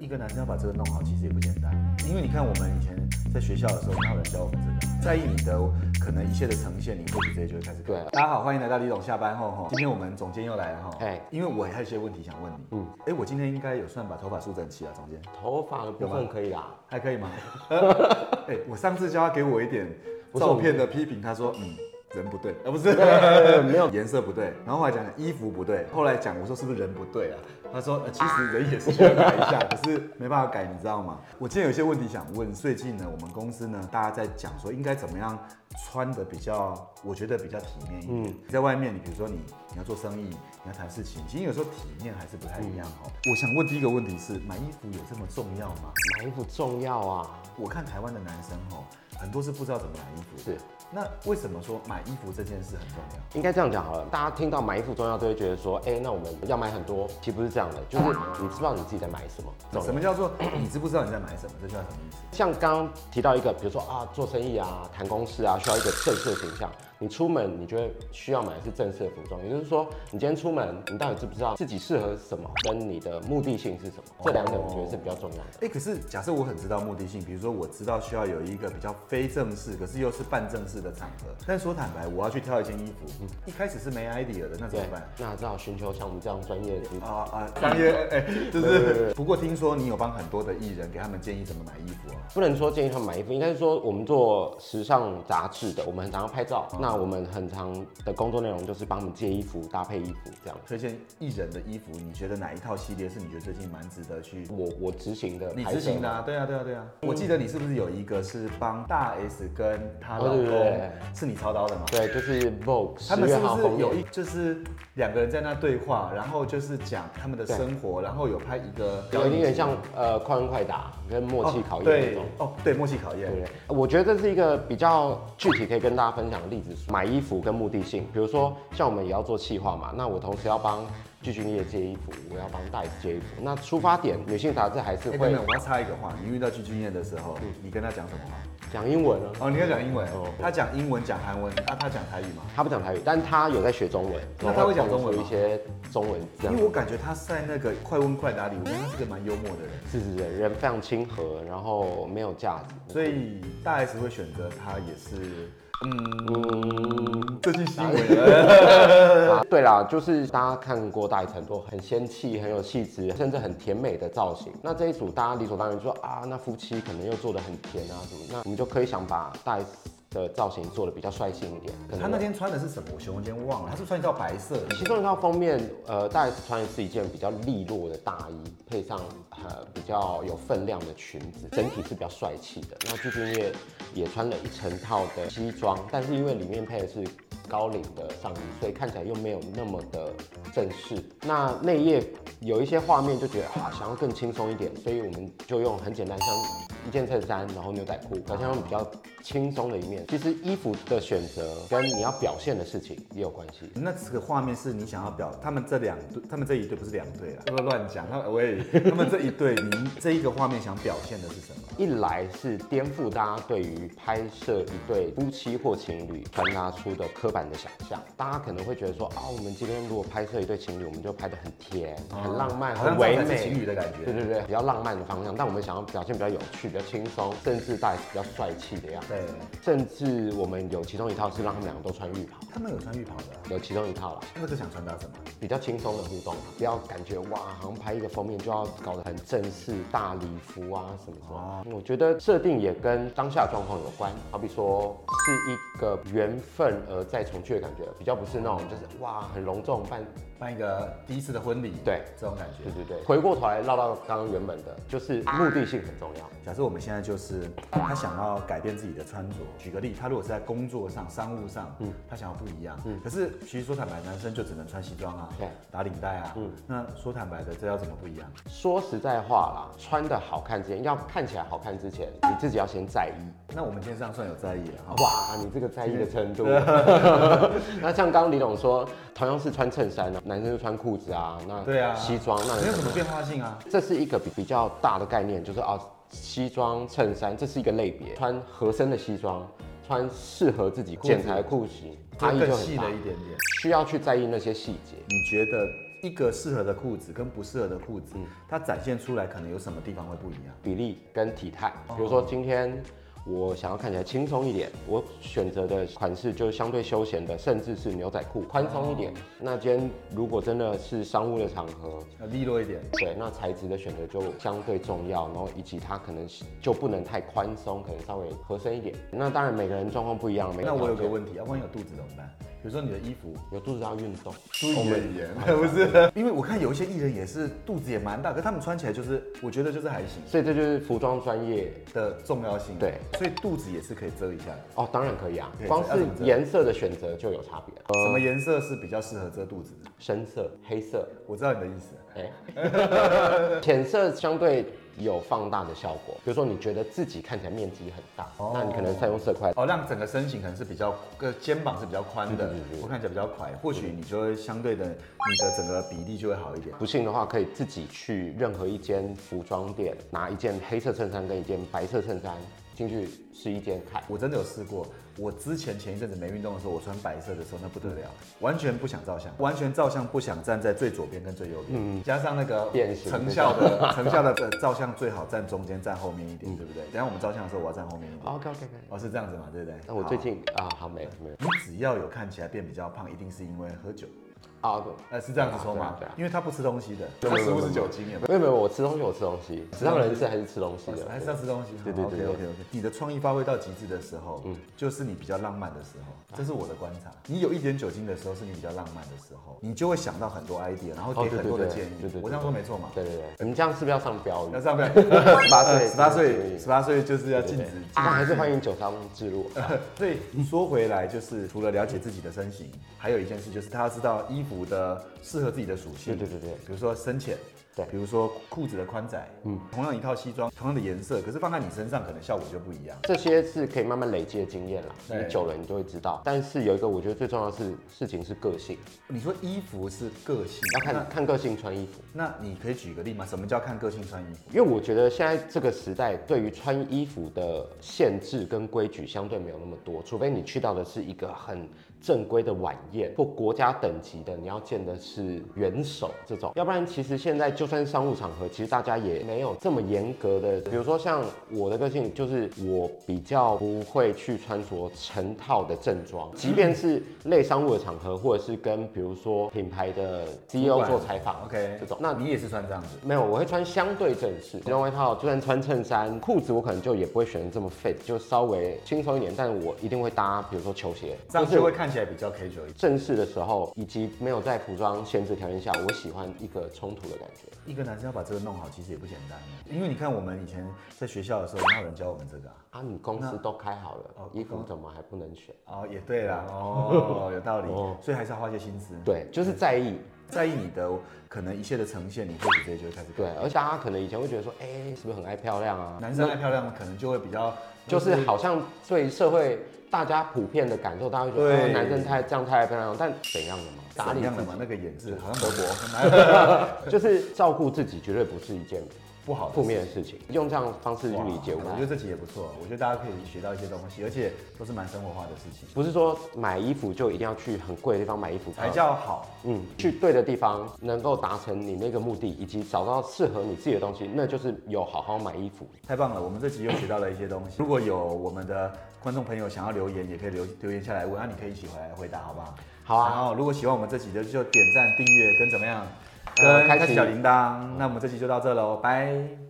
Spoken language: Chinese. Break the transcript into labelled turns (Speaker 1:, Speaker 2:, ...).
Speaker 1: 一个男生要把这个弄好，其实也不简单。因为你看，我们以前在学校的时候，哪有人教我们这个？在意你的可能一切的呈现，你或许直接就会开始。
Speaker 2: 对
Speaker 1: 大家好，欢迎来到李董下班后哈。今天我们总监又来了哈。
Speaker 2: 哎
Speaker 1: 因为我还有一些问题想问你。嗯
Speaker 2: 嗯。
Speaker 1: 哎，我今天应该有算把头发梳整齐啊，总监
Speaker 2: 头发的部分可以啦，
Speaker 1: 还可以吗？ 哎，我上次叫他给我一 点
Speaker 2: 不是
Speaker 1: 照片的批评，他说嗯。人不 对，而、不是没有 颜色不对，然后后来讲衣服不对，后来讲我说是不是人不对啊？他说、呃、其实人也是需要改一下，可是没办法改，你知道吗？我今天有一些问题想问，最近呢，我们公司呢，大家在讲说应该怎么样穿的比较，我觉得比较体面一点。在外面，你比如说你你要做生意，你要谈事情，其实有时候体面还是不太一样哦。我想问第一个问题是，买衣服有这么重要吗？
Speaker 2: 买衣服重要啊。
Speaker 1: 我看台湾的男生哦，很多是不知道怎么买衣服。
Speaker 2: 是，
Speaker 1: 那为什么说买衣服这件事很重要？
Speaker 2: 应该这样讲好了，大家听到买衣服重要，都会觉得说，哎、那我们要买很多，其实不是这样的，就是你知不知道你自己在买什么。重
Speaker 1: 什
Speaker 2: 要
Speaker 1: 么叫做 你知不知道你在买什么？这叫什么意思？
Speaker 2: 像刚刚提到一个，比如说啊，做生意啊，谈公事啊，需要一个正式的形象。你出门，你就会需要买的是正式的服装，也就是说，你今天出门，你到底知不知道自己适合什么，跟你的目的性是什么？这两点我觉得是比较重要的。
Speaker 1: 哎、可是假设我很知道目的性，比如说我知道需要有一个比较非正式，可是又是半正式的场合。但说坦白，我要去挑一件衣服，一开始是没 idea 的，那怎
Speaker 2: 嗯对嗯
Speaker 1: 么办？，
Speaker 2: 那只好寻求像我们这样专业的指导。
Speaker 1: 啊啊，商业
Speaker 2: 嗯
Speaker 1: 哎、就是。不过听说你有帮很多的艺人给他们建议怎么买衣服哦。
Speaker 2: 不能说建议他们买衣服，应该是说我们做时尚杂志的，我们很常要拍照，那我们很常的工作内容就是帮他们借衣服、搭配衣服这样。
Speaker 1: 推荐艺人的衣服，你觉得哪一套系列是你觉得最近蛮值得去
Speaker 2: 我我执行的，
Speaker 1: 你执行的、，啊，对啊，对啊，对啊。我记得你是不是有一个是帮大 S 跟她老
Speaker 2: 哦对对
Speaker 1: 公
Speaker 2: 对
Speaker 1: 是你操刀的吗？
Speaker 2: 对，就是 Vogue
Speaker 1: 他
Speaker 2: 十
Speaker 1: 们是
Speaker 2: 月号
Speaker 1: 不
Speaker 2: 封
Speaker 1: 是有
Speaker 2: 面
Speaker 1: 一。就是两个人在那对话，然后就是讲他们的
Speaker 2: 对
Speaker 1: 生活，然后有拍一个
Speaker 2: 有一点像呃快问快答跟默契考
Speaker 1: 哦
Speaker 2: 验那
Speaker 1: 对
Speaker 2: 种，
Speaker 1: 哦，对默契考验
Speaker 2: 对不。对？呃我觉得这是一个比较具体可以跟大家分享的例子，买衣服跟目的性，比如说像我们也要做企划嘛，那我同时要帮具俊晔借衣服，我要帮大 S 借衣服，那出发点女性杂志还是
Speaker 1: 哎，
Speaker 2: 会
Speaker 1: 等等，我要插一个话，你遇到具俊晔的时候，你跟他讲什么话？
Speaker 2: 讲英文啊。
Speaker 1: 哦，你跟他讲英文
Speaker 2: 哦，
Speaker 1: 他讲英文，讲韩文，啊，他讲台语吗？
Speaker 2: 他不讲台语，但他有在学中文，
Speaker 1: 那他会讲中文吗
Speaker 2: 有一些中文这
Speaker 1: 因
Speaker 2: 样
Speaker 1: 为。我感觉他在那个快问快答里，我觉得他是个蛮幽默的人。
Speaker 2: 是是是，人非常亲和，然后没有架子。
Speaker 1: 所以大 S 会选择他也是，
Speaker 2: 嗯，
Speaker 1: 这句新闻哎
Speaker 2: 啊对啦，就是大家看过大一很多很仙气、很有气质，甚至很甜美的造型。那这一组大家理所当然就说啊，那夫妻可能又做的很甜啊什么，那我们就可以想把大 S 的造型做的比较率性一点。可能
Speaker 1: 他那天穿的是什么？我熊间忘了，他是不是穿一套白色的。
Speaker 2: 其中一套封面，呃，大 S 穿的是一件比较利落的大衣，配上呃比较有分量的裙子，整体是比较帅气的。那具俊晔也穿了一整套的西装，但是因为里面配的是高领的上衣，所以看起来又没有那么的正式。那内页有一些画面就觉得啊，想要更轻松一点，所以我们就用很简单，像一件衬衫，然后牛仔裤，好像用比较轻松的一面。其实衣服的选择跟你要表现的事情也有关系。
Speaker 1: 那这个画面是你想要表，他们这两对，他们这一对不是两对啊啦，不要乱讲。他们 喂，他们这一对，您这一个画面想表现的是什么？
Speaker 2: 一来是颠覆大家对于拍摄一对夫妻或情侣传达出的刻板的想象，大家可能会觉得说啊，我们今天如果拍摄一对情侣，我们就拍得很甜、很浪漫、
Speaker 1: 哎好像
Speaker 2: 啊很
Speaker 1: 这
Speaker 2: 唯
Speaker 1: 样才是
Speaker 2: 美，
Speaker 1: 情侣的感
Speaker 2: 对
Speaker 1: 觉。
Speaker 2: 对对，比较浪漫的方向。但我们想要表现比较有趣、比较轻松，甚至带比较帅气的样子。
Speaker 1: 对，
Speaker 2: 甚至我们有其中一套是让他们两个都穿浴袍，
Speaker 1: 他们有穿浴袍的啊、
Speaker 2: 有其中一套啦，
Speaker 1: 那个想传达什么？
Speaker 2: 比较轻松的互动啦，啊不要感觉哇，好像拍一个封面就要搞得很正式、大礼服啊什么什么。我觉得设定也跟当下状况有关，好比说是一个缘分而再重聚的感觉，比较不是那种就是哇很隆重办。
Speaker 1: 办一个第一次的婚礼，
Speaker 2: 对
Speaker 1: 这种感觉
Speaker 2: 对。对对，回过头来绕到刚刚原本的，就是目的性很重要。
Speaker 1: 假设我们现在就是他想要改变自己的穿着，举个例，他如果是在工作上、商务上，嗯，他想要不一样，嗯，可是其实说坦白，男生就只能穿西装啊
Speaker 2: 对，
Speaker 1: 打领带啊，嗯，那说坦白的，这要怎么不一样？
Speaker 2: 说实在话啦，穿的好看之前，要看起来好看之前，你自己要先在意。
Speaker 1: 那我们今天这样算有在意了哈。
Speaker 2: 哇，你这个在意的程度。 那像刚刚李董说，同样是穿衬衫啊，男生就穿裤子啊，那
Speaker 1: 对啊
Speaker 2: 西装，那
Speaker 1: 没有
Speaker 2: 你
Speaker 1: 什么变化性啊。
Speaker 2: 这是一个比比较大的概念，就是啊，西装、衬衫，这是一个类别，穿合身的西装，穿适合自己
Speaker 1: 裤子
Speaker 2: 剪裁裤型，
Speaker 1: 就
Speaker 2: 差异就
Speaker 1: 更
Speaker 2: 很
Speaker 1: 细
Speaker 2: 大
Speaker 1: 了，一点点。
Speaker 2: 需要去在意那些细节。
Speaker 1: 你觉得一个适合的裤子跟不适合的裤子，
Speaker 2: 嗯
Speaker 1: 它展现出来可能有什么地方会不一样？
Speaker 2: 比例跟体态。
Speaker 1: 哦
Speaker 2: 比如说今天我想要看起来轻松一点，我选择的款式就是相对休闲的，甚至是牛仔
Speaker 1: 哦
Speaker 2: 裤，宽松一点。那今天如果真的是商务的场合，
Speaker 1: 要利落一点。
Speaker 2: 对，那材质的选择就相对重要，然后以及它可能是就不能太宽松，可能稍微合身一点。那当然每个人状况不一样，每个
Speaker 1: 那
Speaker 2: 人
Speaker 1: 我有
Speaker 2: 条
Speaker 1: 个
Speaker 2: 件
Speaker 1: 问题，要万一有肚子怎么办？比如说你的衣服，
Speaker 2: 有肚子要运动，
Speaker 1: 注意你的语言， 不 是？因为我看有一些艺人也是肚子也蛮大，可他们穿起来就是，我觉得就是还行
Speaker 2: 所以这就是服装专业
Speaker 1: 的重要性。
Speaker 2: 对，
Speaker 1: 所以肚子也是可以遮一下的。
Speaker 2: 哦，当然可以啊
Speaker 1: 可以，
Speaker 2: 光
Speaker 1: 这样
Speaker 2: 是
Speaker 1: 怎么遮
Speaker 2: 颜色的选择就有差别了，呃
Speaker 1: 什么颜色是比较适合遮肚子的？
Speaker 2: 深色、黑色，
Speaker 1: 我知道你的意思。
Speaker 2: 哎，浅色相对有放大的效果。比如说，你觉得自己看起来面积很大，那你可能善用色块。
Speaker 1: 哦，让整个身形可能是比较，个肩膀是比较宽的，我看起来比较宽，或许你就会相对的，你的整个比例就会好一点。
Speaker 2: 不信的话，可以自己去任何一间服装店拿一件黑色衬衫跟一件白色衬衫进去试衣间看。
Speaker 1: 我真的有试过，我之前前一阵子没运动的时候，我穿白色的时候，那不得
Speaker 2: 嗯
Speaker 1: 了，完全不想照相，完全照相不想站在最左边跟最右边，加上那个
Speaker 2: 嗯变形
Speaker 1: 成效的成效的呃照相最好站中间，站后面一
Speaker 2: 嗯
Speaker 1: 点，对不对？等一下我们照相的时候，我要站后面一点，
Speaker 2: OK OK OK。
Speaker 1: 哦，是这样子嘛，对不对？
Speaker 2: 那我
Speaker 1: 好
Speaker 2: 最，近啊，好没有没有
Speaker 1: 你只要有看起来变比较胖，一定是因为喝酒，
Speaker 2: 啊，
Speaker 1: 呃，是这样子说
Speaker 2: 对啊
Speaker 1: 吗
Speaker 2: 对啊？
Speaker 1: 因为他不吃东西的，
Speaker 2: 对
Speaker 1: 他
Speaker 2: 对
Speaker 1: 食物
Speaker 2: 对
Speaker 1: 是
Speaker 2: 对
Speaker 1: 酒精，有没有
Speaker 2: 没有没有，我吃东西我吃东西，只让人吃还是吃东西的。
Speaker 1: 哦还是要吃东西。
Speaker 2: 对对对嗯
Speaker 1: OK OK OK。你的创意发挥到极致的时候，就是你比较浪漫的时候，这是我的观察。你有一点酒精的时候，是你比较浪漫的时候，你就会想到很多 idea，然后
Speaker 2: 哦
Speaker 1: 给
Speaker 2: 对
Speaker 1: 很
Speaker 2: 对
Speaker 1: 多的
Speaker 2: 对
Speaker 1: 建议
Speaker 2: 对对。对
Speaker 1: 我这样说没错嘛？
Speaker 2: 对对对，你们这样是不是要上标语
Speaker 1: 要？上 面
Speaker 2: 十八岁，
Speaker 1: 十八岁，啊
Speaker 2: 对啊
Speaker 1: 十八岁就是要
Speaker 2: 对
Speaker 1: 禁
Speaker 2: 对
Speaker 1: 止。
Speaker 2: 但还是欢迎酒商置入。
Speaker 1: 所以说回来，就是除了了解自己的身形，还有一件事就是他要知道衣服的适合自己的属性。
Speaker 2: 对对对对
Speaker 1: 比如说深浅，
Speaker 2: 对
Speaker 1: 比如说裤子的宽窄，嗯，同样一套西装，同样的颜色，可是放在你身上可能效果就不一样。
Speaker 2: 这些是可以慢慢累积的经验啦，
Speaker 1: 对
Speaker 2: 你久了你就会知道。但是有一个我觉得最重要的是事情是个性，
Speaker 1: 你说衣服是个性，
Speaker 2: 要看看个性穿衣服。
Speaker 1: 那那你可以举个例吗？什么叫看个性穿衣服？
Speaker 2: 因为我觉得现在这个时代对于穿衣服的限制跟规矩相对没有那么多，除非你去到的是一个很正规的晚宴或国家等级的，你要见的是元首这种，要不然其实现在就算是商务场合，其实大家也没有这么严格的。比如说像我的个性，就是我比较不会去穿着成套的正装，即便是类商务的场合，或者是跟比如说品牌的 CEO 做采访
Speaker 1: ，OK，
Speaker 2: 这种，
Speaker 1: 那你也是穿这样子，
Speaker 2: 没有，我会穿相对正式，西装外套，就算穿衬衫、裤子，我可能就也不会选得这么 fit，就稍微轻松一点，但我一定会搭，比如说球鞋，
Speaker 1: 这样
Speaker 2: 就是
Speaker 1: 就会看起来比较 casual 一点。
Speaker 2: 正式的时候，以及没有在服装限制条件下，我喜欢一个冲突的感觉。
Speaker 1: 一个男生要把这个弄好，其实也不简单，因为你看我们以前在学校的时候，哪有人教我们这个啊？
Speaker 2: 啊，你公司都开好
Speaker 1: 哦
Speaker 2: 了，衣服怎么还不能选？
Speaker 1: 哦，也对啦，哦，有道理
Speaker 2: 哦，
Speaker 1: 所以还是要花些心思，
Speaker 2: 对，就是在意。
Speaker 1: 在意你的可能一切的呈现，你或许这些就会开始。
Speaker 2: 对，而且大家可能以前会觉得说，哎、是不是很爱漂亮啊？
Speaker 1: 男生爱漂亮，可能就会比较
Speaker 2: 就是好像对社会大家普遍的感受，大家会觉得、
Speaker 1: 对
Speaker 2: 哦、男生太这样太爱漂亮，但怎样的嘛？打
Speaker 1: 怎
Speaker 2: 理
Speaker 1: 样
Speaker 2: 自
Speaker 1: 的
Speaker 2: 己
Speaker 1: 嘛，那个眼是好像德国，
Speaker 2: 就是照顾自己绝对不是一件
Speaker 1: 不好的
Speaker 2: 负面的事情，用这样的方式去
Speaker 1: 哇
Speaker 2: 理解
Speaker 1: 我觉得
Speaker 2: 我。
Speaker 1: 这集也不错，我觉得大家可以学到一些东西，而且都是蛮生活化的事情，
Speaker 2: 不是说买衣服就一定要去很贵的地方买衣服，
Speaker 1: 才叫好。
Speaker 2: 嗯，去对的地方能够达成你那个目的，以及找到适合你自己的东西，那就是有好好买衣服。
Speaker 1: 太棒了，我们这集又学到了一些东西。如果有我们的观众朋友想要留言，也可以留留言下来问，那、你可以一起回来回答，好不好？
Speaker 2: 好啊
Speaker 1: 然后如果喜欢我们这集的，就点赞、订阅跟怎么样，
Speaker 2: 呃
Speaker 1: 跟
Speaker 2: 开
Speaker 1: 开启
Speaker 2: 启
Speaker 1: 小铃铛。那我们这集就到这喽，拜。